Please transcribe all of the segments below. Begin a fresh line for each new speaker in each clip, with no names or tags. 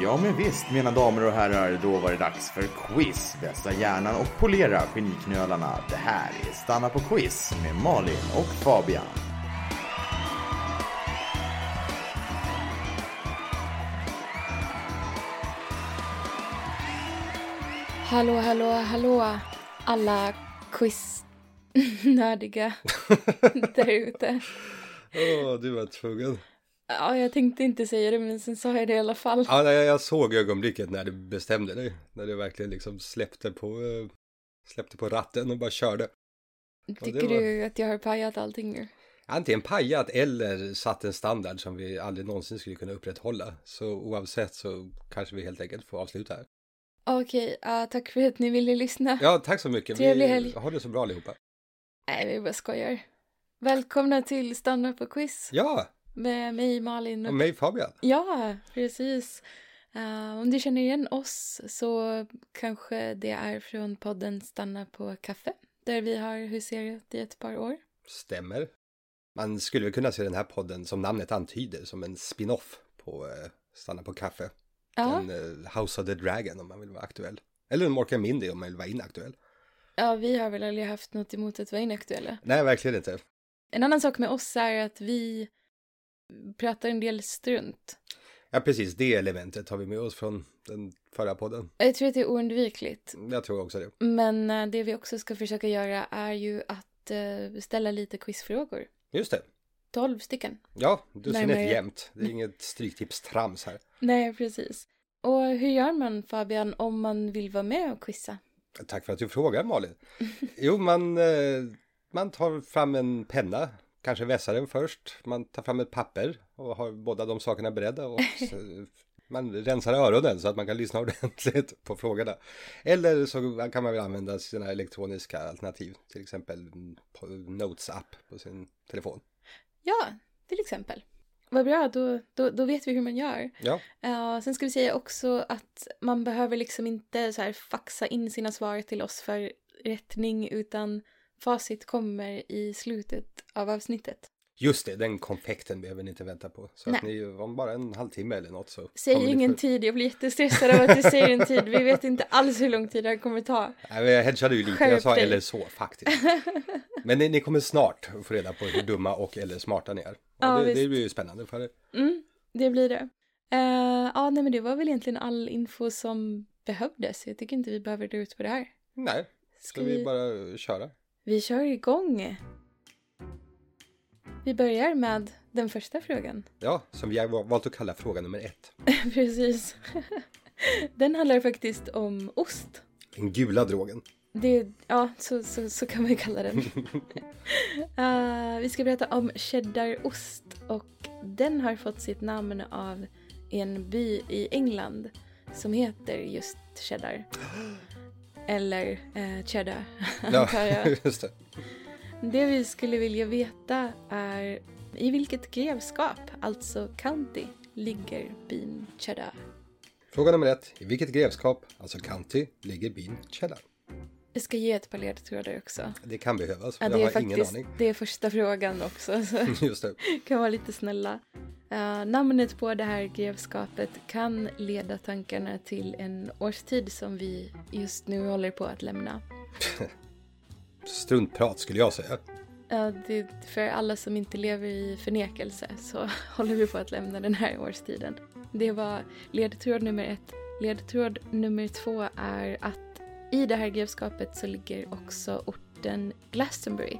Ja, men visst, mina damer och herrar, då var det dags för quiz. Vässa hjärnan och polera geniknölarna. Det här är Stanna på quiz med Malin och Fabian.
Hallå, hallå, hallå alla quiznördiga där ute.
Åh, du var tvungen.
Ja, jag tänkte inte säga det, men sen sa jag det i alla fall.
Ja, nej, jag såg ögonblicket när du bestämde dig. När du verkligen liksom släppte på, eh, släppte på ratten och bara körde.
Tycker
var-
du att jag har pajat allting nu?
Antingen pajat eller satt en standard som vi aldrig någonsin skulle kunna upprätthålla. Så oavsett så kanske vi helt enkelt får avsluta här.
Okej, ja, tack för att ni ville lyssna.
Ja, tack så mycket.
Trevlig
vi
helg.
har det så bra allihopa.
Nej, vi bara skojar. Välkomna till Stanna på quiz
Ja,
med mig, Malin
och
och...
mig Fabian.
Ja, precis. Eh, om du känner igen oss så kanske det är från podden Stanna på kaffe där vi har huserat i ett par år.
Stämmer. Man skulle väl kunna se den här podden som namnet antyder som en spin-off på eh, Stanna på kaffe.
Ja.
En eh, House of the Dragon om man vill vara aktuell. Eller en Morkan Mindy om man vill vara inaktuell.
Ja, vi har väl aldrig haft något emot att vara inaktuella.
Nej, verkligen inte.
En annan sak med oss är att vi pratar en del strunt.
Ja, precis. Det elementet har vi med oss från den förra podden.
Jag tror att det är oundvikligt.
Jag tror också det.
Men eh, det vi också ska försöka göra är ju att eh, ställa lite quizfrågor.
Just det.
Tolv stycken.
Ja, du ser
Nej, men-
rätt jämnt. Det är inget stryktips-trams här.
Nej, precis. Och hur gör man, Fabian, om man vill vara med och quizza?
Tack för att du frågar, Malin. Jo, man, eh, man tar fram en penna, kanske vässar den först. Man tar fram ett papper och har båda de sakerna beredda. Och så, man rensar öronen så att man kan lyssna ordentligt på frågorna. Eller så kan man väl använda sina elektroniska alternativ, till exempel på Notes-app på sin telefon.
Ja, till exempel. Vad bra, då, då, då vet vi hur man gör.
Ja,
Ja, sen ska vi säga också att man behöver liksom inte så här faxa in sina svar till oss för rättning utan facit kommer i slutet av avsnittet.
just det, den konfekten behöver ni inte vänta på. Så att
Nej.
ni, om bara en halvtimme eller något så... kommer
Säg
ni
ingen
få-
tid, jag blir jättestressad av att du säger en tid. Vi vet inte alls hur lång tid det här kommer ta.
Nej, men jag hedgade ju lite, jag
Skärp
sa
dig.
eller så faktiskt. Men ni, ni kommer snart få reda på hur dumma och eller smarta ni är. Och
Ja,
det, det
visst.
blir ju spännande för er.
Mm, det blir det. Eh, ja, nej men det var väl egentligen all info som behövdes. Jag tycker inte vi behöver dra ut på det här.
Nej,
Ska
ska vi bara köra?
vi kör igång. Vi börjar med den första frågan.
Ja, som vi har valt att kalla fråga nummer ett.
Precis. Den handlar faktiskt om ost.
Den gula drogen.
Det, ja, så, så, så kan man kalla den. Eh, vi ska prata om cheddarost och den har fått sitt namn av en by i England som heter just cheddar. Eller eh, cheddar,
Ja,
antar jag.
just det.
Det vi skulle vilja veta är i vilket grevskap, alltså county, ligger byn cheddar?
Fråga nummer ett. I vilket grevskap, alltså county, ligger byn Cheddar?
Jag ska ge ett par ledtrådar också.
Det kan behövas,
Ja,
jag
det
har
är
ingen
faktiskt
aning.
det är första frågan också, så
Just det.
kan vara lite snälla. Eh, namnet på det här grevskapet kan leda tankarna till en årstid som vi just nu håller på att lämna.
Struntprat skulle jag säga.
Ja, det, för alla som inte lever i förnekelse så håller vi på att lämna den här årstiden. Det var ledtråd nummer ett. Ledtråd nummer två är att i det här grevskapet så ligger också orten Glastonbury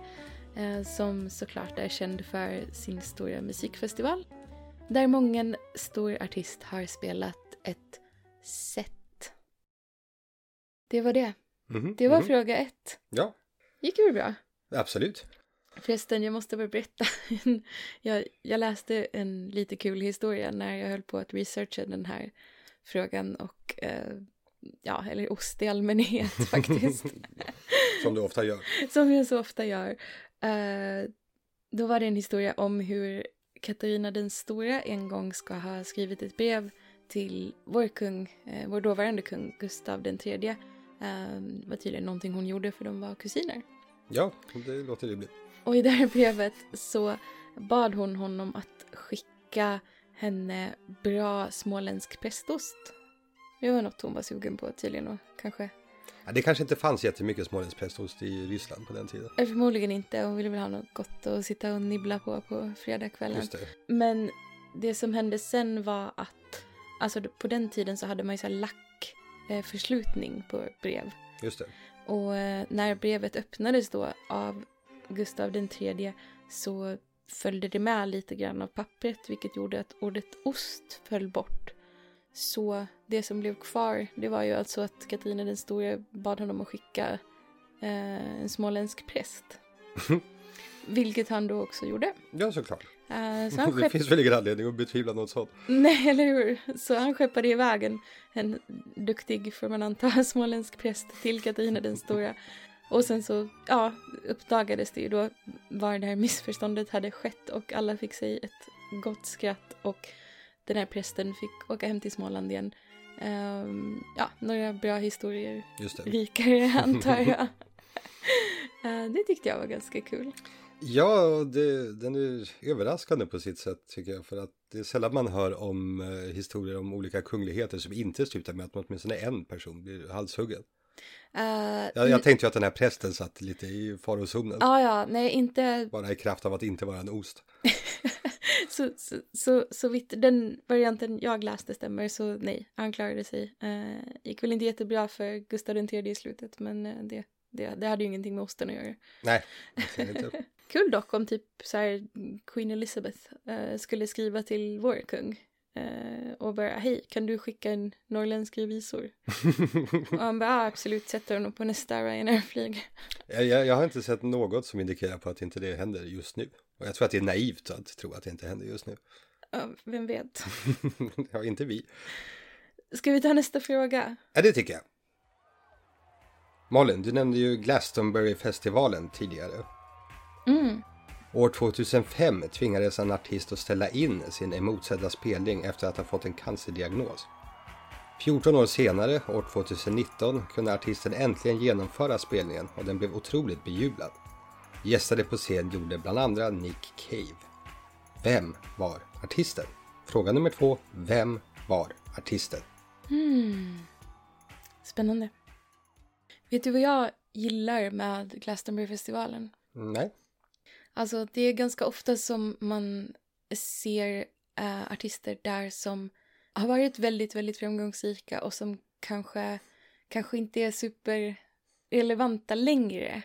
eh, som såklart är känd för sin stora musikfestival där många stor artist har spelat ett set. Det var det.
Mhm,
Det var
mhm.
fråga ett.
Ja,
Gick det bra?
absolut.
Förresten, jag måste bara berätta. en- jag, jag läste en lite kul historia när jag höll på att researcha den här frågan och eh, ja, eller ost i allmänhet faktiskt,
Som du ofta gör.
som jag så ofta gör. Eh, då var det en historia om hur Katarina den stora en gång ska ha skrivit ett brev till vår kung, eh, vår dåvarande kung Gustav den tredje. Eh, var tydligen någonting hon gjorde för de var kusiner.
Ja, det låter rimligt.
Och i det här brevet så bad hon honom att skicka en eh, bra småländsk prästost. Det var något hon var sugen på tydligen och kanske.
Ja, det kanske inte fanns jättemycket småländsprästost i Ryssland på den tiden.
eh, Förmodligen inte. Hon ville väl ha något gott att sitta och nibbla på på fredagskvällen.
Just det.
Men det som hände sen var att, alltså på den tiden så hade man ju så här lackförslutning på brev.
Just det.
Och eh, när brevet öppnades då av Gustav den tredje så följde det med lite grann av pappret vilket gjorde att ordet ost föll bort. Så det som blev kvar det var ju alltså att Katarina den store bad honom att skicka eh, en småländsk präst. vilket han då också gjorde.
Ja, såklart.
Eh, så han
det
skepp...
finns väl ingen anledning att betvivla något sånt.
Nej, eller hur? Så han skeppade iväg en, en duktig, får man anta, småländsk präst till Katarina den stora. Och sen så, ja, uppdagades det ju då var det här missförståndet hade skett och alla fick sig ett gott skratt och den här prästen fick åka hem till Småland igen. Ehm, ja, några bra historier
Just det.
rikare antar jag. Eh, det tyckte jag var ganska kul.
Ja, det, den är överraskande på sitt sätt tycker jag. För att det är sällan man hör om eh, historier om olika kungligheter som inte slutar med att åtminstone en person blir halshuggen.
Eh,
Jag, jag tänkte ju att den här prästen satt lite i farozonen.
Ja, ja, nej, inte
Bara i kraft av att inte vara en ost.
så, så, så, så vitt den varianten jag läste stämmer så nej, han klarade sig. Eh, gick väl inte jättebra för Gustav den tredje i slutet men eh, det, det, det hade ju ingenting med osten att göra.
Nej, verkligen inte.
Kul dock om typ så här Queen Elizabeth eh, skulle skriva till vår kung eh, och bara hej, kan du skicka en norrländsk revisor? och han bara "Ah, absolut, sätter honom på nästa Ryanair-flyg.
jag, jag, jag har inte sett något som indikerar på att inte det händer just nu. Och jag tror att det är naivt att tro att det inte händer just nu.
Ja, vem vet.
ja, inte vi.
Ska vi ta nästa fråga?
Ja, det tycker jag. Malin, du nämnde ju Glastonbury-festivalen tidigare. År 2005 tvingades en artist att ställa in sin emotsedda spelning efter att ha fått en cancerdiagnos. 14 år senare, år 2019, kunde artisten äntligen genomföra spelningen och den blev otroligt bejublad. Gästade på scen gjorde bland andra Nick Cave. Vem var artisten? Fråga nummer två. Vem var artisten?
Spännande. Vet du vad jag gillar med Glastonburyfestivalen?
Nej.
Alltså det är ganska ofta som man ser eh, artister där som har varit väldigt, väldigt framgångsrika och som kanske, kanske inte är superrelevanta längre.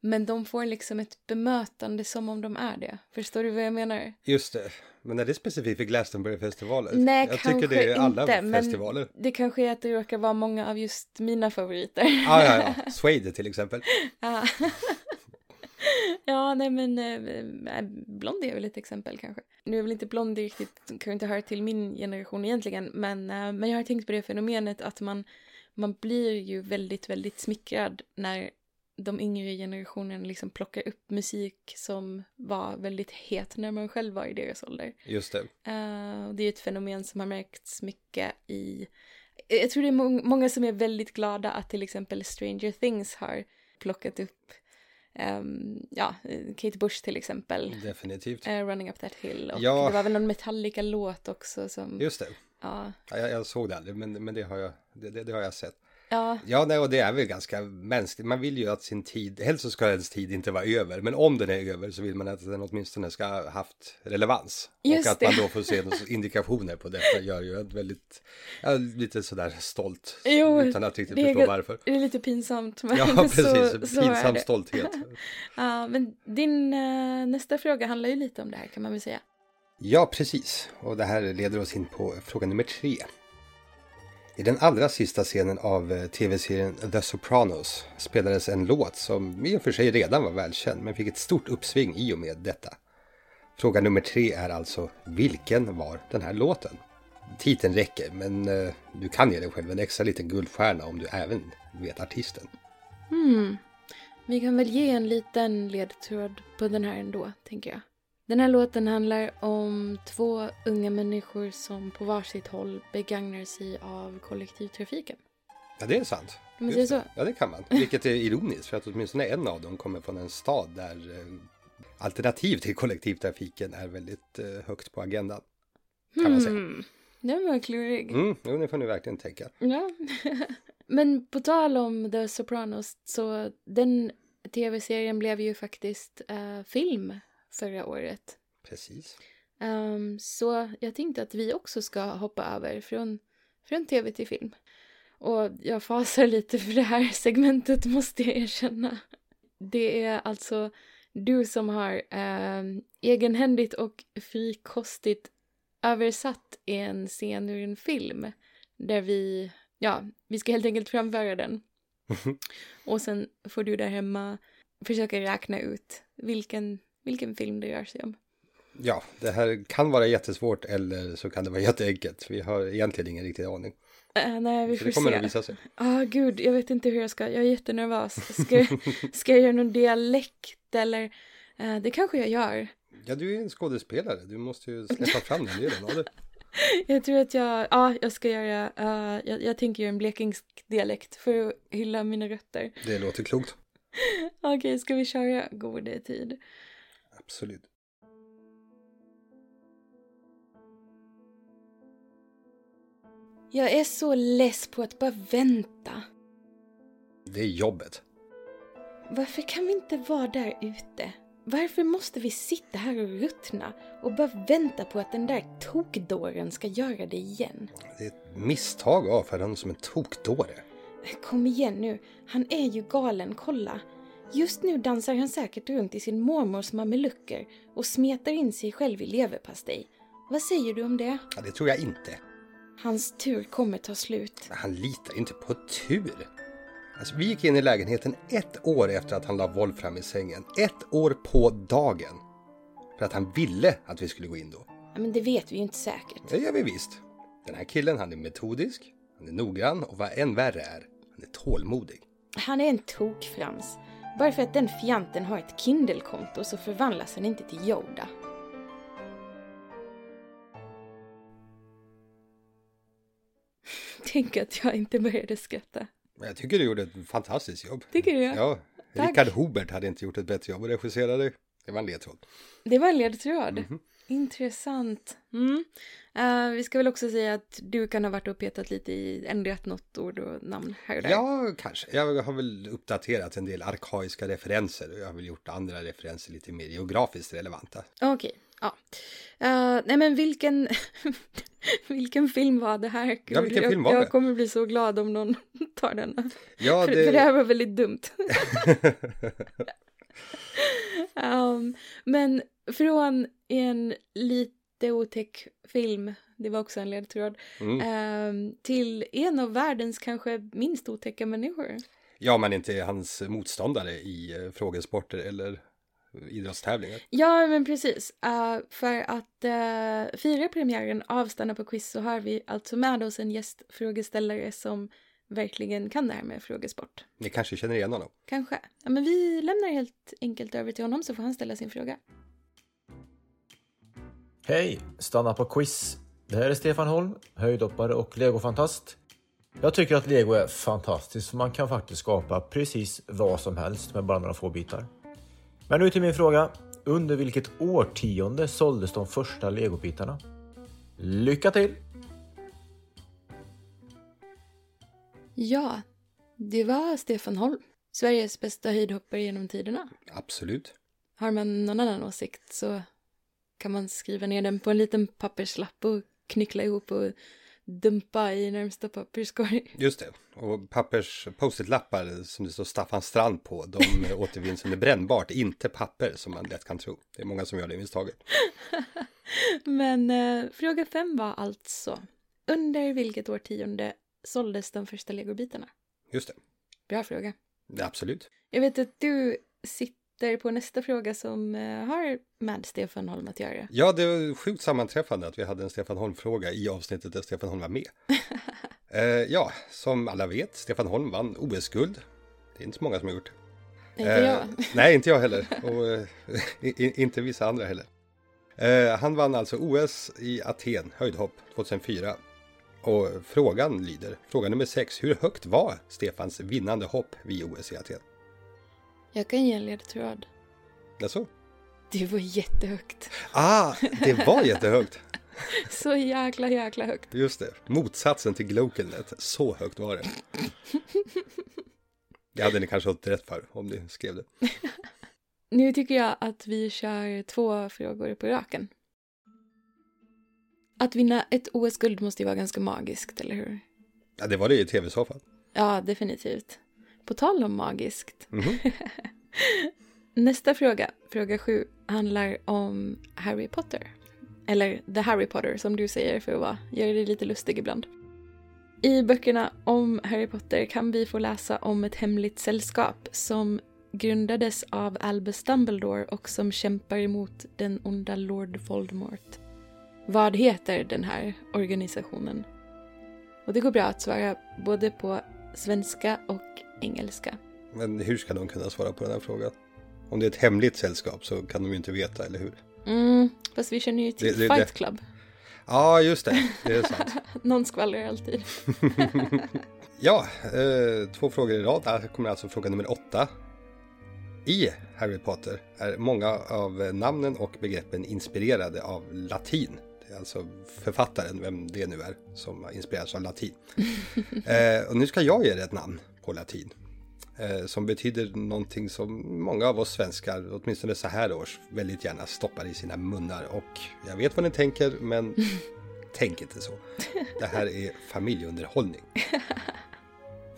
Men de får liksom ett bemötande som om de är det. Förstår du vad jag menar?
Just det, men är det specifikt för Glastonbury-festivaler?
Nej,
Jag
kanske
tycker det är alla
inte, men-
festivaler.
Det kanske är att det råkar vara många av just mina favoriter.
Ah, ja, ja, Suede till exempel.
Ja. ja, nej men eh, Blondie är väl ett exempel kanske. Nu är väl inte Blondie riktigt, kan ju inte höra till min generation egentligen, men, eh, men jag har tänkt på det fenomenet att man, man blir ju väldigt, väldigt smickrad när de yngre generationerna liksom plockar upp musik som var väldigt het när man själv var i deras ålder.
Just det.
Eh, och det är ju ett fenomen som har märkts mycket i... Jag tror det är må- många som är väldigt glada att till exempel Stranger Things har plockat upp ehm, ja, eh, Kate Bush till exempel,
Definitivt.
eh, Running Up That Hill. Och
Mm. Ja.
det var väl någon Metallica-låt också som...
Just det.
Ja,
Ja, jag, jag såg det aldrig, men, men det, har jag, det, det, det har jag sett.
ja,
Ja, nej, och det är väl ganska mänskligt. Man vill ju att sin tid, helst så ska ens tid inte vara över, men om den är över så vill man att den åtminstone ska ha haft relevans.
Just
och att
det.
man då får se några indikationer på detta gör ju en väldigt, ja, lite sådär stolt,
Jo,
utan att riktigt
det är
förstå
gott-
varför.
det är lite pinsamt men
Ja,
så,
precis.
så är
Pinsam
det.
stolthet.
Ja, men din eh, nästa fråga handlar ju lite om det här kan man väl säga.
Ja, precis. Och det här leder oss in på fråga nummer tre. I den allra sista scenen av eh, tv-serien The Sopranos spelades en låt som i och för sig redan var välkänd men fick ett stort uppsving i och med detta. Fråga nummer tre är alltså vilken var den här låten? Titeln räcker men eh, du kan ge dig själv en extra liten guldstjärna om du även vet artisten.
Hmm. Vi kan väl ge en liten ledtråd på den här ändå, tänker jag. Den här låten handlar om två unga människor som på varsitt håll begagnar sig av kollektivtrafiken.
Ja, det är sant.
Kan man
Just
säga
det. Ja, det kan man. Vilket är ironiskt för att åtminstone en av dem kommer från en stad där eh, alternativ till kollektivtrafiken är väldigt eh, högt på agendan. kan man säga.
Mm. Den var klurig.
Mm, jo, nu får ni verkligen tänka.
Ja. Men på tal om The Sopranos så den tv-serien blev ju faktiskt eh, film förra året.
Precis.
Ehm, så jag tänkte att vi också ska hoppa över från, från tv till film. Och jag fasar lite för det här segmentet måste jag erkänna. Det är alltså du som har ehm, egenhändigt och frikostigt översatt en scen ur en film. Där vi, ja, vi ska helt enkelt framföra den. och sen får du där hemma försöka räkna ut vilken, vilken film det rör sig om.
Ja, det här kan vara jättesvårt eller så kan det vara jätteenkelt. Vi har egentligen ingen riktig aning.
Eh, nej, vi
Så
får
det kommer
se.
att visa sig.
Ah, gud, jag vet inte hur jag ska, jag är jättenervös. Ska, ska jag göra någon dialekt eller? Eh, det kanske jag gör.
Ja, du är en skådespelare. Du måste ju släppa fram den delen av det.
Jag tror att jag, ja, jag ska göra, eh, jag, jag tänker göra en blekingsk dialekt för att hylla mina rötter.
Det låter klokt.
Okej, ska vi köra gode tid?
Absolut.
Jag är så less på att bara vänta.
Det är jobbet.
Varför kan vi inte vara där ute? Varför måste vi sitta här och ruttna och bara vänta på att den där tokdåren ska göra det igen?
Det är ett misstag av honom som en tokdåre.
Kom igen nu, han är ju galen, kolla. Just nu dansar han säkert runt i sin mormors mamelucker och smetar in sig själv i leverpastej. Vad säger du om det?
Ja, det tror jag inte.
Hans tur kommer ta slut.
Han litar inte på tur. Alltså, vi gick in i lägenheten ett år efter att han la Wolfram i sängen. Ett år på dagen. För att han ville att vi skulle gå in då.
Ja, Men det vet vi ju inte säkert.
Det gör vi visst. Den här killen, han är metodisk, han är noggrann och vad än värre är, han är tålmodig.
Han är en tokfrans. Bara för att den fjanten har ett Kindle-konto så förvandlas han inte till Yoda. Tänk att jag inte började skratta.
Men Jag tycker du gjorde ett fantastiskt jobb.
Tycker du?
Ja,
Tack.
Richard Hobert hade inte gjort ett bättre jobb och regisserade dig. Det var en ledtråd.
Det var en ledtråd.
Mhm.
Intressant. Mm. Eh, vi ska väl också säga att du kan ha varit och petat lite i ändrat något ord och namn här och där.
Ja, kanske. Jag har väl uppdaterat en del arkaiska referenser och jag har väl gjort andra referenser lite mer geografiskt relevanta.
Okej. Ja. Eh, nej men vilken, vilken film var det här?
Ja, vilken
jag,
film var
jag
det?
kommer bli så glad om någon tar den.
Ja,
För, för det
det...
här var väldigt dumt. Ehm, men från en lite otäck film, det var också en ledtråd,
Mm.
ehm, till en av världens kanske minst otäcka människor.
ja, man inte är hans motståndare i eh, frågesporter eller idrottstävlingar.
Ja, men precis. Eh, för att eh, fira premiären av Stanna på quiz så har vi alltså med oss en gästfrågeställare som verkligen kan det här med frågesport.
Ni kanske känner igen honom?
Kanske. Ja, men vi lämnar helt enkelt över till honom så får han ställa sin fråga.
Hej! Stanna på quiz. Det här är Stefan Holm, höjdhoppare och legofantast. Jag tycker att lego är fantastiskt för man kan faktiskt skapa precis vad som helst med bara några få bitar. Men nu till min fråga. Under vilket årtionde såldes de första legobitarna? Lycka till!
Ja, det var Stefan Holm. Sveriges bästa höjdhoppare genom tiderna.
Absolut.
Har man någon annan åsikt så kan man skriva ner den på en liten papperslapp och knyckla ihop och dumpa i närmsta papperskorg.
Just det. Och pappers post-it-lappar som det står Staffan Strand på, de återvinns under brännbart, inte papper som man lätt kan tro. Det är många som gör det misstaget.
Men eh, fråga fem var alltså, under vilket årtionde såldes de första legobitarna?
Just det.
Bra fråga.
det. är Absolut.
Jag vet att du sitter på nästa fråga som eh, har med Stefan Holm att göra.
Ja, det var sjukt sammanträffande att vi hade en Stefan Holm-fråga i avsnittet där Stefan Holm var med. eh, ja, som alla vet, Stefan Holm vann OS-guld. Det är inte så många som har gjort.
Inte
Eh,
jag.
Nej, inte jag heller. Och eh, i- i- inte vissa andra heller. Eh, han vann alltså OS i Aten, höjdhopp, 2004. Och frågan lyder, fråga nummer sex, hur högt var Stefans vinnande hopp vid OS i Aten?
Jag kan ge en ledtråd.
Jaså?
Det var jättehögt.
Ah, det var jättehögt!
Så jäkla, jäkla högt.
Just det, motsatsen till Glokelnet. Så högt var det. Det hade ni kanske hållit rätt för om ni skrev det.
Nu tycker jag att vi kör två frågor på raken. Att vinna ett OS-guld måste ju vara ganska magiskt, eller hur?
Ja, det var det i tv-soffan.
Ja, definitivt. På tal om magiskt.
Mhm.
Nästa fråga, fråga sju, handlar om Harry Potter. Eller The Harry Potter som du säger för att vara, göra dig lite lustig ibland. I böckerna om Harry Potter kan vi få läsa om ett hemligt sällskap som grundades av Albus Dumbledore och som kämpar emot den onda Lord Voldemort. Vad heter den här organisationen? Och det går bra att svara både på svenska och engelska.
Men hur ska de kunna svara på den här frågan? Om det är ett hemligt sällskap så kan de ju inte veta, eller hur?
Mm, fast vi känner ju till
Det- det- det-
Fight Club.
Ja, just det. Det är sant.
Någon skvallrar alltid.
Ja, eh, två frågor i rad. Här kommer alltså fråga nummer åtta. I Harry Potter är många av namnen och begreppen inspirerade av latin. Det är alltså författaren, vem det nu är, som har inspirerats av latin. Eh, och nu ska jag ge er ett namn på latin. Eh, som betyder någonting som många av oss svenskar, åtminstone så här års, väldigt gärna stoppar i sina munnar. Och jag vet vad ni tänker, men tänk inte så. Det här är familjeunderhållning.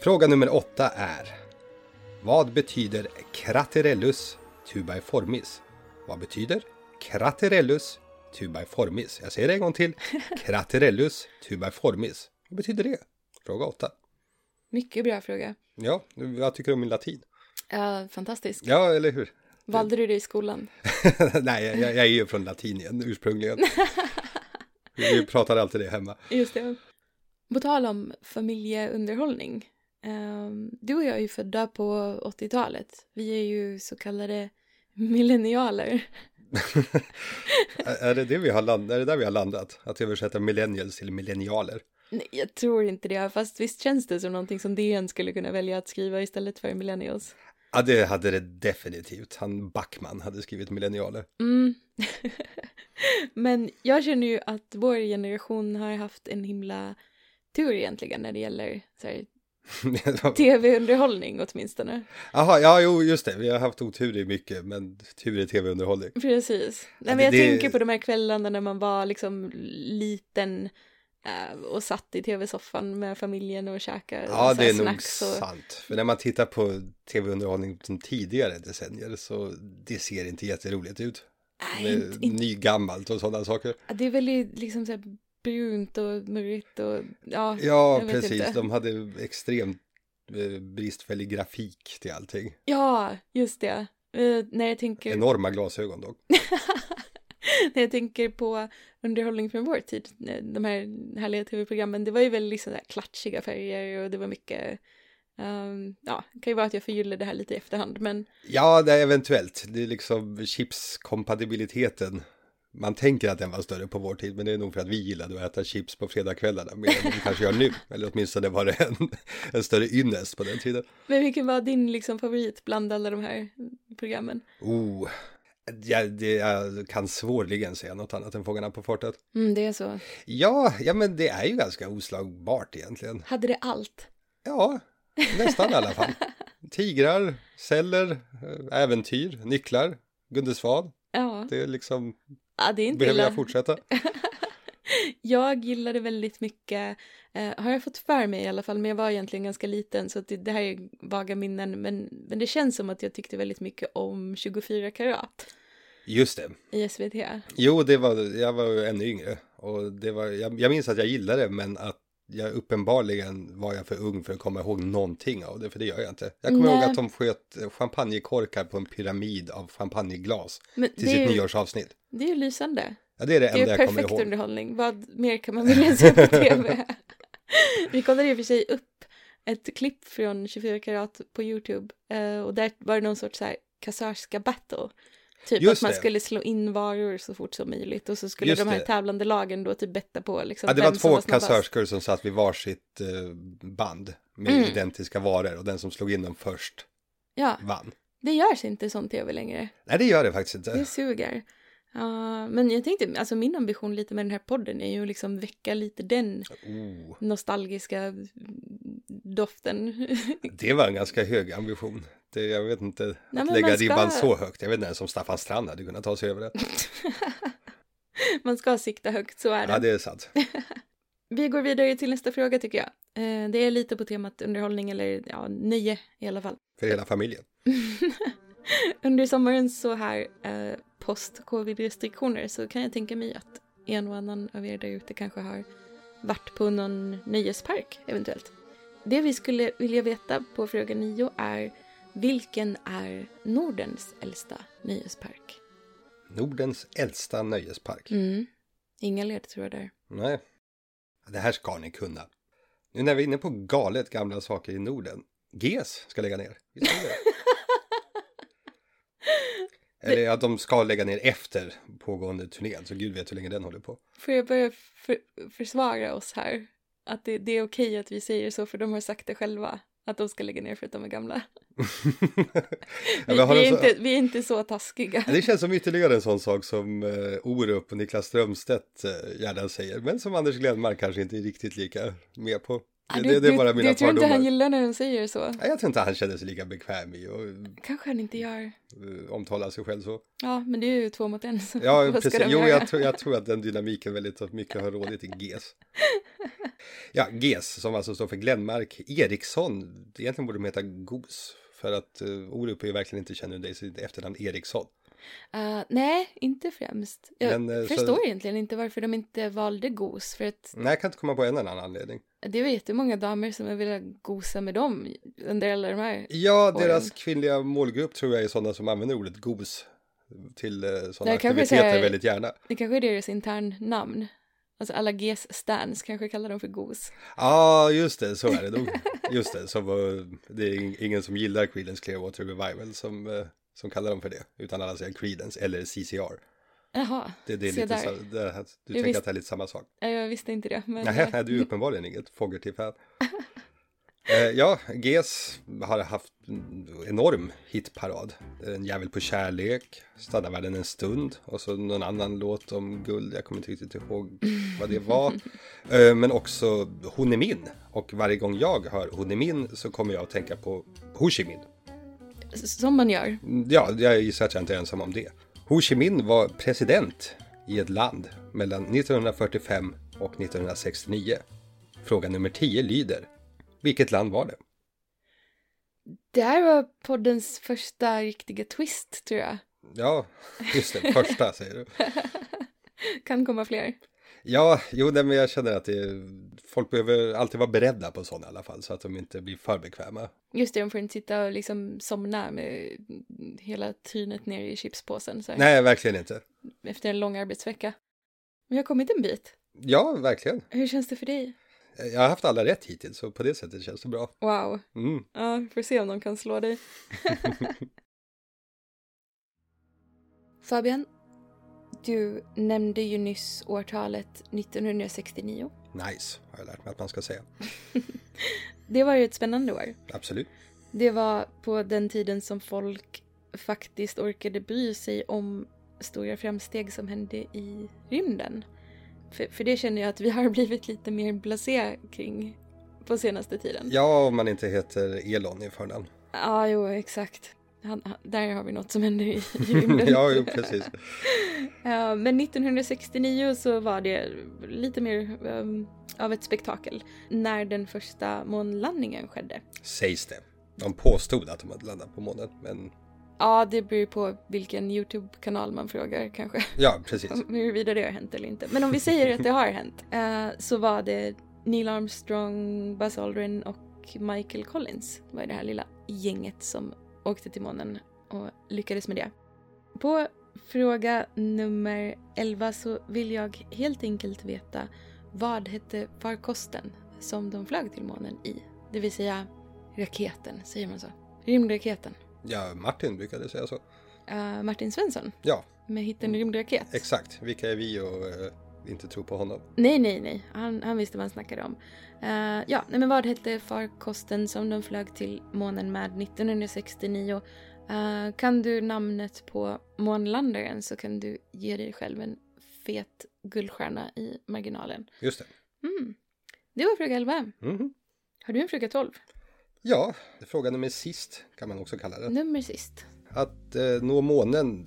Fråga nummer åtta är Vad betyder Craterellus tubiformis? Vad betyder Craterellus tubiformis? Jag säger det en gång till. Craterellus tubiformis. Vad betyder det? Fråga åtta.
Mycket bra fråga.
Ja, vad tycker du om min latin?
Ja, fantastisk.
Ja, eller hur?
Valde du det i skolan?
Nej, jag, jag är ju från latinien ursprungligen. Vi pratar alltid det hemma.
Just det. På tal om familjeunderhållning. Ehm, Du och jag är ju födda på 80-talet. Vi är ju så kallade millennialer.
Är- Är det, det vi har land, är det där vi har landat? Att översätta millennials till millennialer?
Nej, jag tror inte det. Fast visst känns det som någonting som DN skulle kunna välja att skriva istället för millennials.
Ja, det hade det definitivt. Han Backman hade skrivit millennialer.
Mm. Men jag känner ju att vår generation har haft en himla tur egentligen när det gäller så här, tv-underhållning åtminstone.
Jaha, ja, jo, just det. Vi har haft otur i mycket, men tur i tv-underhållning.
Precis. Nej,
Ja,
men jag
det-
tänker på de här kvällarna när man var liksom liten eh, och satt i tv-soffan med familjen och käkade
Ja,
så
det
här
är nog
snacks och-
sant. För när man tittar på tv-underhållning som tidigare decennier så det ser inte jätteroligt ut.
Nej,
Med
inte, inte.
nygammalt och sådana saker.
Det är väldigt liksom så här brunt och murrigt och ja,
Ja,
jag vet
precis.
inte.
De hade extremt eh, bristfällig grafik till allting.
ja, just det. Eh, när jag tänker
Enorma glasögon dock.
när jag tänker på underhållning från vår tid, eh, de här härliga tv-programmen, det var ju väldigt liksom så här klatschiga färger och det var mycket, ehm, ja, det kan ju vara att jag förgyller det här lite i efterhand, men
Ja, det är eventuellt. Det är liksom chipskompatibiliteten. Man tänker att den var större på vår tid, men det är nog för att vi gillade att äta chips på fredagskvällarna mer än vad vi kanske gör nu. Eller åtminstone var det en, en större ynnest på den tiden.
Men vilken var din liksom favorit bland alla de här programmen?
Oh, jag, det, jag kan svårligen säga något annat än Fångarna på fortet.
Mm, det är så.
Ja, ja, men det är ju ganska oslagbart egentligen.
Hade det allt?
Ja, nästan i alla fall. Tigrar, celler, eh, äventyr, nycklar, Gunde Svan.
Ja,
Det är liksom,
ja det är inte
behöver jag
illa.
fortsätta?
Jag gillade väldigt mycket, eh, har jag fått för mig i alla fall, men jag var egentligen ganska liten så att det, det här är vaga minnen, men, men det känns som att jag tyckte väldigt mycket om 24 karat
Just det.
i SVT.
Jo, det var, jag var ju ännu yngre. Och det var, jag, jag minns att jag gillade det, men att jag uppenbarligen var jag för ung för att komma ihåg någonting av det, för det gör jag inte. Jag kommer
Nej.
ihåg att de sköt champagnekorkar på en pyramid av champagneglas
Men
till
det
sitt
är, ju,
nyårsavsnitt.
det är ju lysande.
Ja, det är det
Det
enda
är
jag kommer
perfekt
ihåg.
underhållning. Vad mer kan man vilja se på tv? Vi kollade i och för sig upp ett klipp från 24 karat på YouTube eh, och där var det någon sorts så här kassörska battle. Typ
Just
att man
det.
skulle slå in varor så fort som möjligt och så skulle
Just
de här
det.
tävlande lagen då typ betta på liksom
Ja, det var
vem som
två
snabbast.
kassörskor som satt vid varsitt eh, band med
Mm.
identiska varor och den som slog in dem först
Ja,
vann.
det görs inte sån tv längre.
Nej, det gör det faktiskt inte.
Det suger. Ja, men jag tänkte, alltså min ambition lite med den här podden är ju att liksom väcka lite den
Oh,
nostalgiska doften.
det var en ganska hög ambition. Det, jag vet inte,
men
att lägga
man ska-
ribban så högt. Jag vet inte ens om Staffan Strand hade kunnat ta sig över det.
Man ska sikta högt, så är det.
Ja, det är sant.
Vi går vidare till nästa fråga tycker jag. Eh, Det är lite på temat underhållning eller ja, nöje i alla fall.
För hela familjen.
Under sommaren så här eh, post-covid-restriktioner så kan jag tänka mig att en och annan av er där ute kanske har varit på någon nöjespark eventuellt. Det vi skulle vilja veta på fråga nio är vilken är Nordens äldsta nöjespark?
Nordens äldsta nöjespark.
Mm. Inga ledtrådar.
Nej. Det här ska ni kunna. Nu när vi är inne på galet gamla saker i Norden. GES ska lägga ner. Visste ni det? Eller att de ska lägga ner efter pågående turnén, så gud vet hur länge den håller på.
Får jag börja för- försvara oss här? Att det, det är okej att vi säger så för de har sagt det själva. Att de ska lägga ner för att de är gamla.
Ja,
Vi,
men har
vi, är,
de så-
inte, vi är inte så taskiga.
Det känns som ytterligare en sån sak som eh, Orup och Niklas Strömstedt eh, gärna säger, men som Anders Glenmark kanske inte är riktigt lika med på. Det,
Ah,
det, det är bara
du,
mina
du tror inte han
fördomar.
gillar när de säger så?
Ja, Jag tror inte han känner sig lika bekväm i att
Kanske han inte gör.
eh, omtala sig själv så.
Ja, men det är ju två mot en. Så
Ja,
vad ska
precis.
de
Jo,
göra?
jag tror, jag tror att den dynamiken väldigt mycket har rådit i GES. Ja, GES som alltså står för Glenmark Eriksson. Egentligen borde de heta GOS. För att uh, Orup är ju verkligen inte känner dig sitt efternamn Eriksson.
Ah, nej, inte främst. Jag
Men, eh, så-
förstår egentligen inte varför de inte valde gos. För att
Nej, jag kan inte komma på en annan anledning.
det var jättemånga damer som har velat gosa med dem under alla de här.
Ja,
Oj.
deras kvinnliga målgrupp tror jag är sådana som använder ordet GOS till uh, sådana
Det kanske är
aktiviteter
så här-
väldigt gärna.
Det kanske är deras intern namn. Alltså alla GES stans kanske kallar dem för gos.
Ja, just det, så är det nog. Just det, som, eh, det är ing- ingen som gillar Creedence Clearwater Revival som, eh, som kallar dem för det. Utan alla säger Creedence eller CCR.
Jaha,
Det, det är
se
lite,
där.
så, det, här- du
Jag
tänker
visste-
att det är lite samma sak.
Ja, Jag visste inte det. Men, eh,
Nej, nej, du är uppenbarligen inget Fogerty-fan. Eh, ja, GES har haft en enorm hitparad. En jävel på kärlek, Stanna världen en stund och så någon annan låt om guld. Jag kommer inte riktigt ihåg vad det var. Eh, men också Hon är min. Och varje gång jag hör Hon är min så kommer jag att tänka på Ho Chi Minh.
S- Som man gör.
Ja, jag gissar att jag inte är ensam om det. Ho Chi Minh var president i ett land mellan 1945 och 1969. Fråga nummer 10 lyder. Vilket land var det?
Det här var poddens första riktiga twist, tror jag.
Ja, just det, första säger du.
Kan komma fler.
Ja, jo, nej, men jag känner att det, folk behöver alltid vara beredda på sådana i alla fall så att de inte blir för bekväma.
Just det, de får inte sitta och liksom somna med hela tynet ner i chipspåsen så här,
Nej, verkligen inte.
efter en lång arbetsvecka. Men jag har kommit en bit.
Ja, verkligen.
Hur känns det för dig?
Jag har haft alla rätt hittills så på det sättet känns det bra.
Wow.
Mm.
Ja, vi får se om de kan slå dig. Fabian, du nämnde ju nyss årtalet 1969.
Nice, har jag lärt mig att man ska säga.
Det var ju ett spännande år.
Absolut.
Det var på den tiden som folk faktiskt orkade bry sig om stora framsteg som hände i rymden. För, för det känner jag att vi har blivit lite mer blasé kring på senaste tiden.
Ja, om man inte heter Elon i förnamn.
Ja, jo, exakt. Han, han, där har vi något som händer i, i rymden.
ja, jo, precis.
Ja, men 1969 så var det lite mer ehm, av ett spektakel när den första månlandningen skedde.
Sägs det. De påstod att de hade landat på månen, men
Ja, det beror på vilken YouTube-kanal man frågar kanske.
ja, precis.
om huruvida det har hänt eller inte. Men om vi säger att det har hänt eh, så var det Neil Armstrong, Buzz Aldrin och Michael Collins. Det var det här lilla gänget som åkte till månen och lyckades med det. På fråga nummer 11 så vill jag helt enkelt veta vad hette farkosten som de flög till månen i? Det vill säga raketen, säger man så? Rymdraketen.
Ja, Martin brukade säga så.
Eh, Martin Svensson
Ja,
med Hitten rymdraket.
exakt. Vilka är vi och eh, inte tro på honom?
Nej, nej, nej. Han, han visste vad han snackade om. Eh, ja, nej, men vad hette farkosten som de flög till månen med 1969? Eh, kan du namnet på månlandaren så kan du ge dig själv en fet guldstjärna i marginalen.
Just det.
Mm. Det var fråga 11.
Mhm.
Har du en fråga 12?
Ja, frågan nummer sist kan man också kalla det.
Nummer sist.
Att eh, nå månen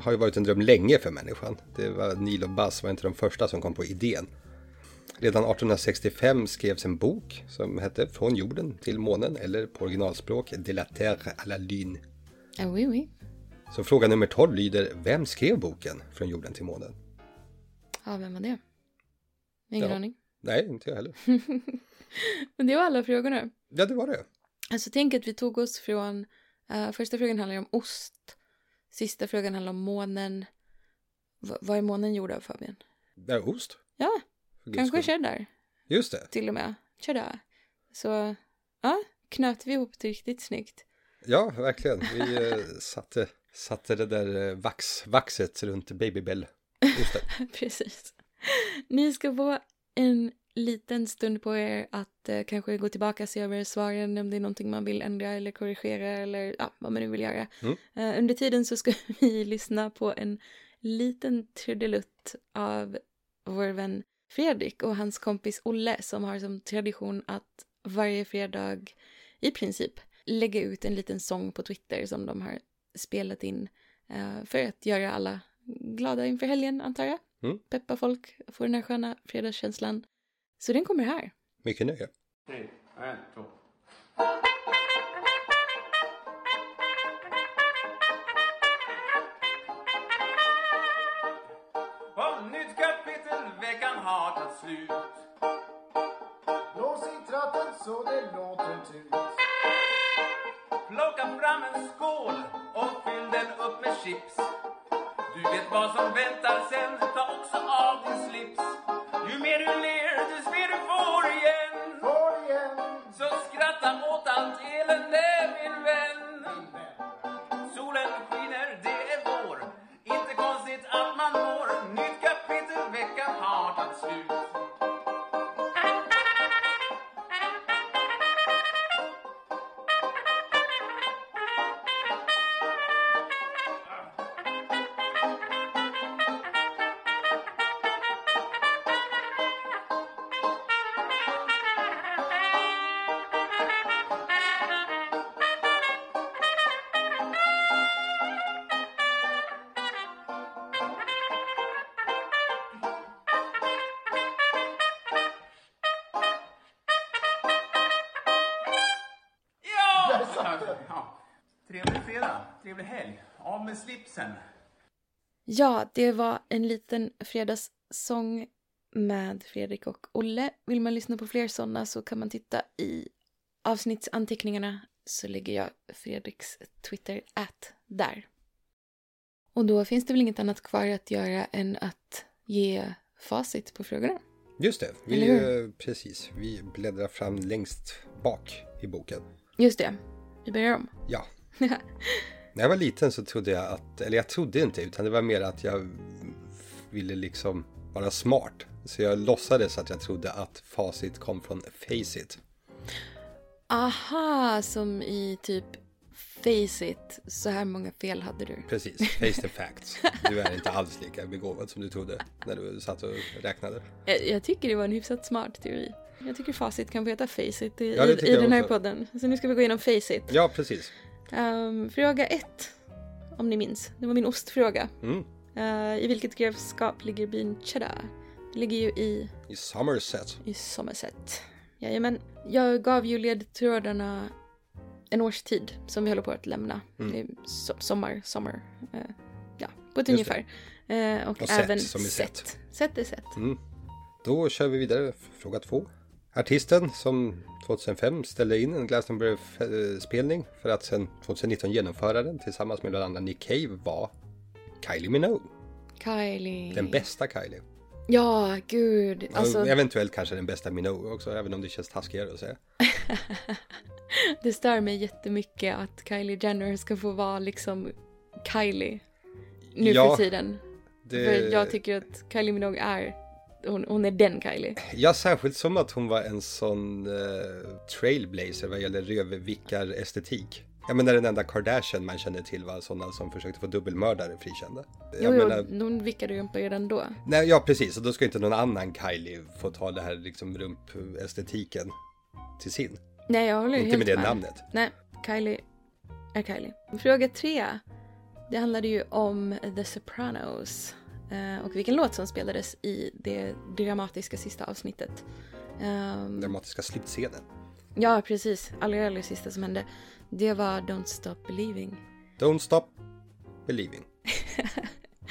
har ju varit en dröm länge för människan. Det var Neil och Buzz var inte de första som kom på idén. Redan 1865 skrevs en bok som hette Från jorden till månen eller på originalspråk De la terre à la lune.
Ah, oui, oui.
Så fråga nummer 12 lyder Vem skrev boken Från jorden till månen?
Ja, vem var det? Ingen
Ja.
aning.
Nej, inte jag heller.
Men det var alla frågorna.
Ja, det var det.
Alltså tänk att vi tog oss från, eh, första frågan handlar om ost, sista frågan handlar om månen. V- vad är månen gjord av Fabian?
Det är ost.
Ja,
för guds
kanske
skull.
cheddar
Just det.
till och med. Cheddar. Så ja, knöt vi ihop det riktigt snyggt.
Ja, verkligen. Vi eh, satte, satte det där eh, vax, vaxet runt Babybel. Just det.
Precis. Ni ska få en liten stund på er att eh, kanske gå tillbaka och se över svaren om det är någonting man vill ändra eller korrigera eller ja, vad man nu vill göra.
Mm.
Eh, under tiden så ska vi lyssna på en liten trudelutt av vår vän Fredrik och hans kompis Olle som har som tradition att varje fredag i princip lägga ut en liten sång på Twitter som de har spelat in eh, för att göra alla glada inför helgen antar jag peppa folk, få den här sköna fredagskänslan. Så den kommer här.
Mycket nöje.
Om nytt kapitel veckan har tagit slut
Blås i tratten så det låter tut.
Plocka fram en skål och fyll den upp med chips Du vet vad som väntar sen, ta också av din slips Ju mer du ler, desto mer du får igen
Får igen.
Så skratta åt allt elände min vän Solen skiner, det är vår Inte konstigt att man mår Nytt kapitel, veckan har tagit slut Ja! ja. Trevlig fredag, trevlig helg. Av med slipsen.
Ja, det var en liten fredagssång med Fredrik och Olle. Vill man lyssna på fler sådana så kan man titta i avsnittsanteckningarna så lägger jag Fredriks Twitter at där. Och då finns det väl inget annat kvar att göra än att ge facit på frågorna.
Just det. Vi,
Eller
eh, precis. Vi bläddrar fram längst bak i boken.
Just det, vi börjar om.
Ja. När jag var liten så trodde jag att, eller jag trodde inte utan det var mer att jag ville liksom vara smart. Så jag låtsades att jag trodde att facit kom från Faceit.
Aha, som i typ Face it, så här många fel hade du.
Precis, face the facts. Du är inte alls lika begåvad som du trodde när du satt och räknade.
Jag, jag tycker det var en hyfsat smart teori. Jag tycker facit kan få heta Face it i,
Ja, det
i,
tycker
i
jag
den här
också.
podden. Så nu ska vi gå igenom Face it.
Ja, precis.
Ehm, fråga ett, om ni minns. Det var min ostfråga.
Mm.
Eh, I vilket grevskap ligger byn Cheddar? Det ligger ju i
I Somerset.
i Somerset. Jajamän. Jag gav ju ledtrådarna en årstid som vi håller på att lämna.
Mm.
Det är so- sommar, sommar. Eh, ja, på ett
Just det.
ungefär. Eh, och
Och set,
även
som i Mm. set.
set. Set är set.
Då kör vi vidare, fråga två. Artisten som 2005 ställde in en Glastonbury-spelning för att sen 2019 genomföra den tillsammans med bland andra Nick Cave var Kylie Minogue.
Kylie.
Den bästa Kylie.
Ja, gud. Alltså,
Och Eventuellt kanske den bästa Minogue också, även om det känns taskigare att säga.
det stör mig jättemycket att Kylie Jenner ska få vara liksom Kylie nu
Ja, eh,
för tiden.
Det-
För jag tycker att Kylie Minogue är, hon, hon är den Kylie.
Ja, särskilt som att hon var en sån eh, trailblazer vad gäller rövvickar-estetik. Jag menar den enda Kardashian man känner till var sådana som försökte få dubbelmördare frikända.
Jo,
Jag
jo,
menar,
de vickade ju på redan då.
nej, ja precis, och då ska inte någon annan Kylie få ta det här liksom rumpestetiken till sin.
Nej, jag håller ju
Inte
helt
med det
med.
namnet.
Nej, Kylie är Kylie. Fråga tre. Det handlade ju om The Sopranos eh, och vilken låt som spelades i det dramatiska sista avsnittet. Ehm,
Dramatiska slutscenen.
ja, precis. Allra, allra sista som hände. Det var Don't Stop Believing
Don't stop believing.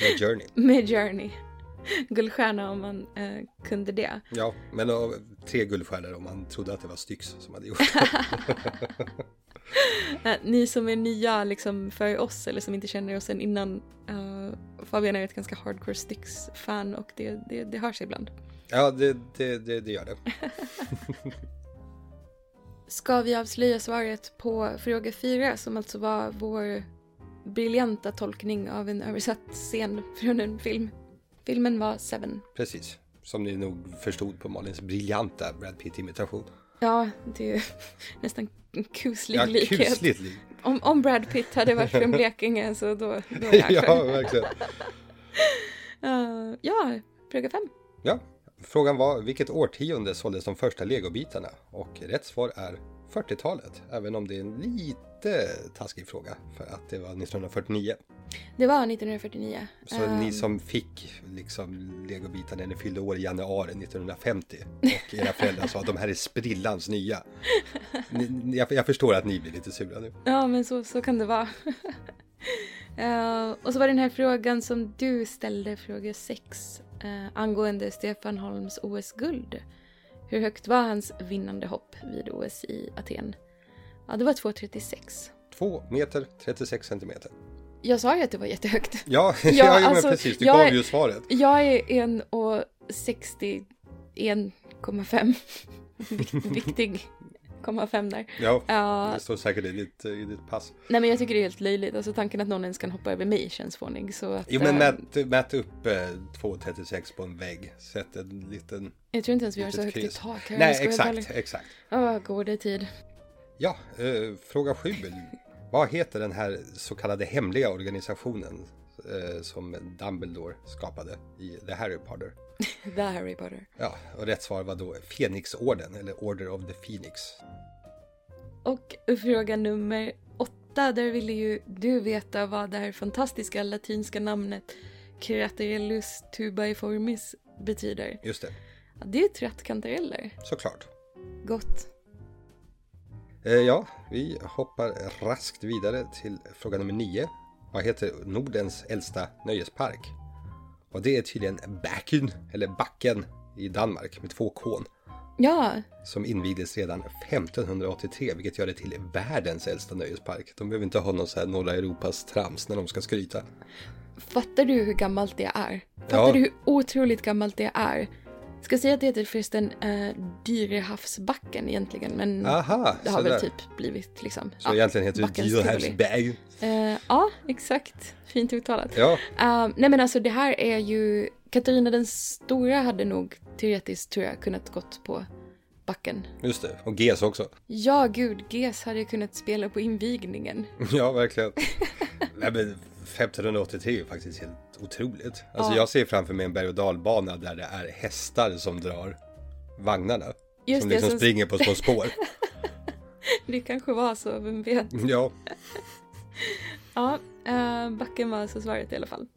My journey.
med Journey. Guldstjärna om man eh, kunde det.
Ja, men av tre guldstjärnor om man trodde att det var Styx som hade gjort det.
Eh, ni som är nya liksom, för oss eller som inte känner oss än innan. eh, Fabian är ju ett ganska hardcore Styx-fan och det, det, det hörs ibland.
Ja, det, det, det, det gör det.
Ska vi avslöja svaret på fråga fyra som alltså var vår briljanta tolkning av en översatt scen från en film. Filmen var Seven.
Precis. Som ni nog förstod på Malins briljanta Brad Pitt-imitation.
Ja, det är nästan en kuslig
Ja,
likhet.
kusligt lik.
Om, om Brad Pitt hade varit från Blekinge så då, då kanske.
ja,
ja.
verkligen.
Eh, ja, fråga fem.
Ja. Frågan var vilket årtionde såldes de första legobitarna? Och rätt svar är 40-talet. Även om det är en lite taskig fråga för att det var 1949.
Det var 1949.
Så
Ehm.
ni som fick liksom legobitar när ni fyllde år i januari 1950 och era föräldrar sa att de här är sprillans nya. Ni, ni- jag, jag förstår att ni blir lite sura nu.
Ja, men så, så kan det vara. Eh, och så var det den här frågan som du ställde, fråga 6, angående Stefan Holms OS-guld. Hur högt var hans vinnande hopp vid OS i Aten? Ja, det var 2,36.
2 meter 36 centimeter.
Jag sa ju att det var jättehögt.
Ja, ja, jo,
alltså,
men precis. Du
jag
gav
är-
ju svaret.
Jag är 1,61,5. Vikt- Viktig, komma fem där.
Ja,
Ja.
det står säkert i ditt, i ditt pass.
Nej men jag tycker det är helt löjligt, alltså tanken att någon ens kan hoppa över mig känns fånig. Så att,
Jo, men
eh,
mät, mät upp eh, 2,36 på en vägg. Sätt en liten...
Jag tror inte ens vi har så
litet
högt i
kryss.
tak här. Jag
Nej,
skojar
exakt,
bara.
exakt.
Åh, gode tid.
Ja, eh, fråga sju. Vad heter den här så kallade hemliga organisationen eh, som Dumbledore skapade i The Harry Potter?
The Harry Potter.
Ja, och rätt svar var då Fenixorden eller Order of the Phoenix.
Och fråga nummer åtta, där ville ju du veta vad det här fantastiska latinska namnet Craterellus tubaiformis betyder.
Just det,
Ja, det är ju trattkantareller.
såklart.
Gott.
Eh, ja, vi hoppar raskt vidare till fråga nummer nio. Vad heter Nordens äldsta nöjespark? Och det är tydligen Backen, eller Backen, i Danmark med två K'n.
Ja,
som invigdes redan 1583, vilket gör det till världens äldsta nöjespark. De behöver inte ha någon så här norra Europas trams när de ska skryta.
fattar du hur gammalt det är? Fattar
Ja.
du hur otroligt gammalt det är? Ska säga att det heter förresten eh, Dyrehavsbacken egentligen, men
Aha,
det har
så där.
väl typ blivit liksom...
Så egentligen heter det
Backens Tivoli.
Dyrhavsberg.
Eh, ja, exakt. Fint uttalat.
Ja,
Eh, nej men alltså det här är ju... Katarina den stora hade nog teoretiskt tror jag kunnat gått på backen.
just det. Och GES också.
Ja, gud, GES hade ju kunnat spela på invigningen.
Ja, verkligen. Nej, men 1583 är ju faktiskt helt otroligt. Alltså
Ja.
jag ser framför mig en berg och dalbana där det är hästar som drar vagnarna.
Just
som
det,
liksom
som-
springer på små spår.
Det kanske var så, vem vet.
ja,
Ja, eh, backen var alltså svaret i alla fall.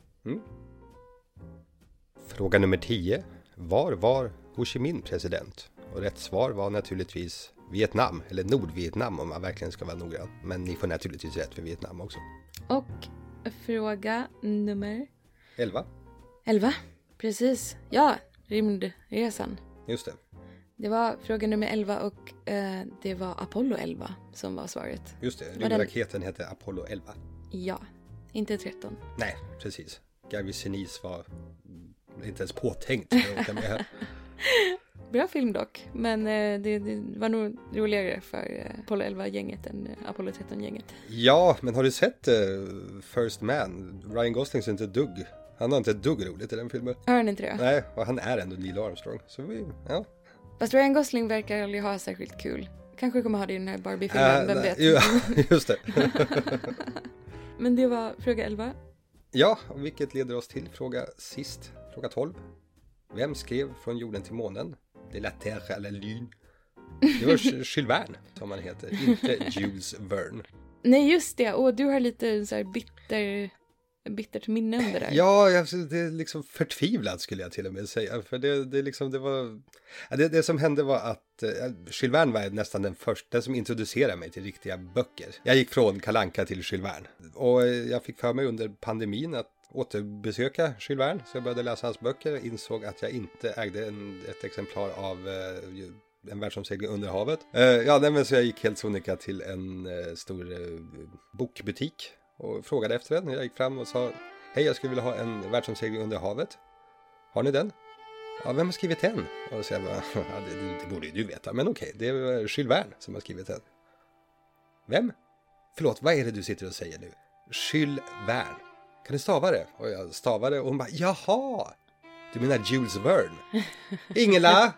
Fråga nummer 10. Var var Ho Chi Minh president? Och rätt svar var naturligtvis Vietnam, eller Nordvietnam om man verkligen ska vara noggrann. Men ni får naturligtvis rätt för Vietnam också.
Och fråga nummer
11.
11. Precis, ja, rymdresan.
Just det,
Det var fråga nummer 11 och eh, det var Apollo 11 som var svaret.
just det.
den-
Rymdraketen hette Apollo 11.
Ja, inte 13.
Nej, precis. Garvis Sinise var inte ens påtänkt för att åka med här.
Bra film dock, men eh, det, det var nog roligare för eh, Apollo 11-gänget än eh, Apollo 13-gänget.
Ja, men har du sett eh, First Man? Ryan Goslings är inte ett dugg. Han har inte ett dugg roligt i den filmen.
Hör ni inte det?
Nej, och han är ändå Neil Armstrong. Så vi, ja,
Fast Ryan Gosling verkar aldrig ha särskilt kul. Kanske kommer ha det i den här Barbie-filmen, vem vet.
Eh, Ja, just det.
Men det var fråga 11.
Ja, vilket leder oss till fråga sist, fråga 12. Vem skrev Från jorden till månen? Det är la terre à la lune. Det var Jules Verne som han heter, inte Jules Verne.
Nej, just det. Och du har lite så här bitter, bittert minne om det där.
Ja, jag- det är liksom förtvivlat skulle jag till och med säga. För det, det, är liksom, det var... Ja, Det, det som hände var att eh, Jules Verne var nästan den första som introducerade mig till riktiga böcker. Jag gick från Kalanka till Jules Verne. Och eh, jag fick för mig under pandemin att återbesöka Jules Verne. Så jag började läsa hans böcker och insåg att jag inte ägde en, ett exemplar av eh, ju- en världsomsegling under havet. Eh, ja, nej, men så jag gick helt sonika till en eh, stor eh, bokbutik och frågade efter den. Jag gick fram och sa Hej, jag skulle vilja ha en världsomsegling under havet. Har ni den? Ja, vem har skrivit den? Och då säger jag bara, ja, det, det borde ju du veta, men okej, det är Jules Verne som har skrivit den. Vem? Förlåt, vad är det du sitter och säger nu? Jules Verne. Kan du stava det? Och jag stavade och hon bara, jaha! Du menar Jules Verne? Ingela!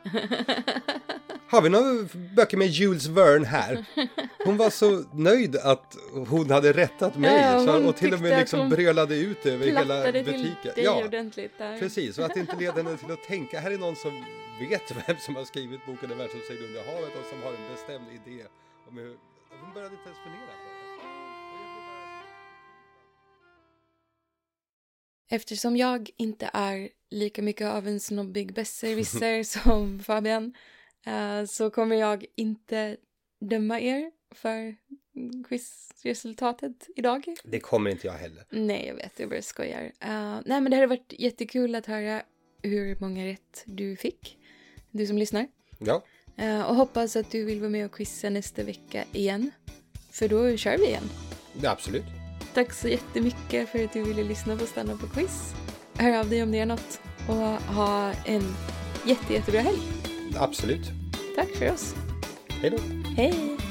Har vi några böcker med Jules Verne här? Hon var så nöjd att hon hade rättat mig
Ja, ja, hon
så, och till och
tyckte
med
att
liksom
hon
brölade ut över hela
Plattade till
butiken.
dig
Ja.
ordentligt där.
Precis, och att det inte leder henne till att tänka. Här är någon som vet vem som har skrivit boken En världsomsegling under havet och som har en bestämd idé om hur... Hon började inte ens fundera på det. Och jag blev
Eftersom jag inte är lika mycket av en snobbig besserwisser som Fabian eh, så kommer jag inte döma er för quizresultatet idag.
bara- Det kommer inte jag heller.
Nej, jag vet, jag bara skojar. Eh, nej, men det hade varit jättekul att höra hur många rätt du fick, du som lyssnar.
Ja,
Eh, och hoppas att du vill vara med och quizza nästa vecka igen, för då kör vi igen.
det- absolut.
Tack så jättemycket för att du ville lyssna på Stanna på quiz. Hör av dig om det är något och ha en jätte, jättebra helg.
Absolut.
Tack för oss.
Hej då.
Hej!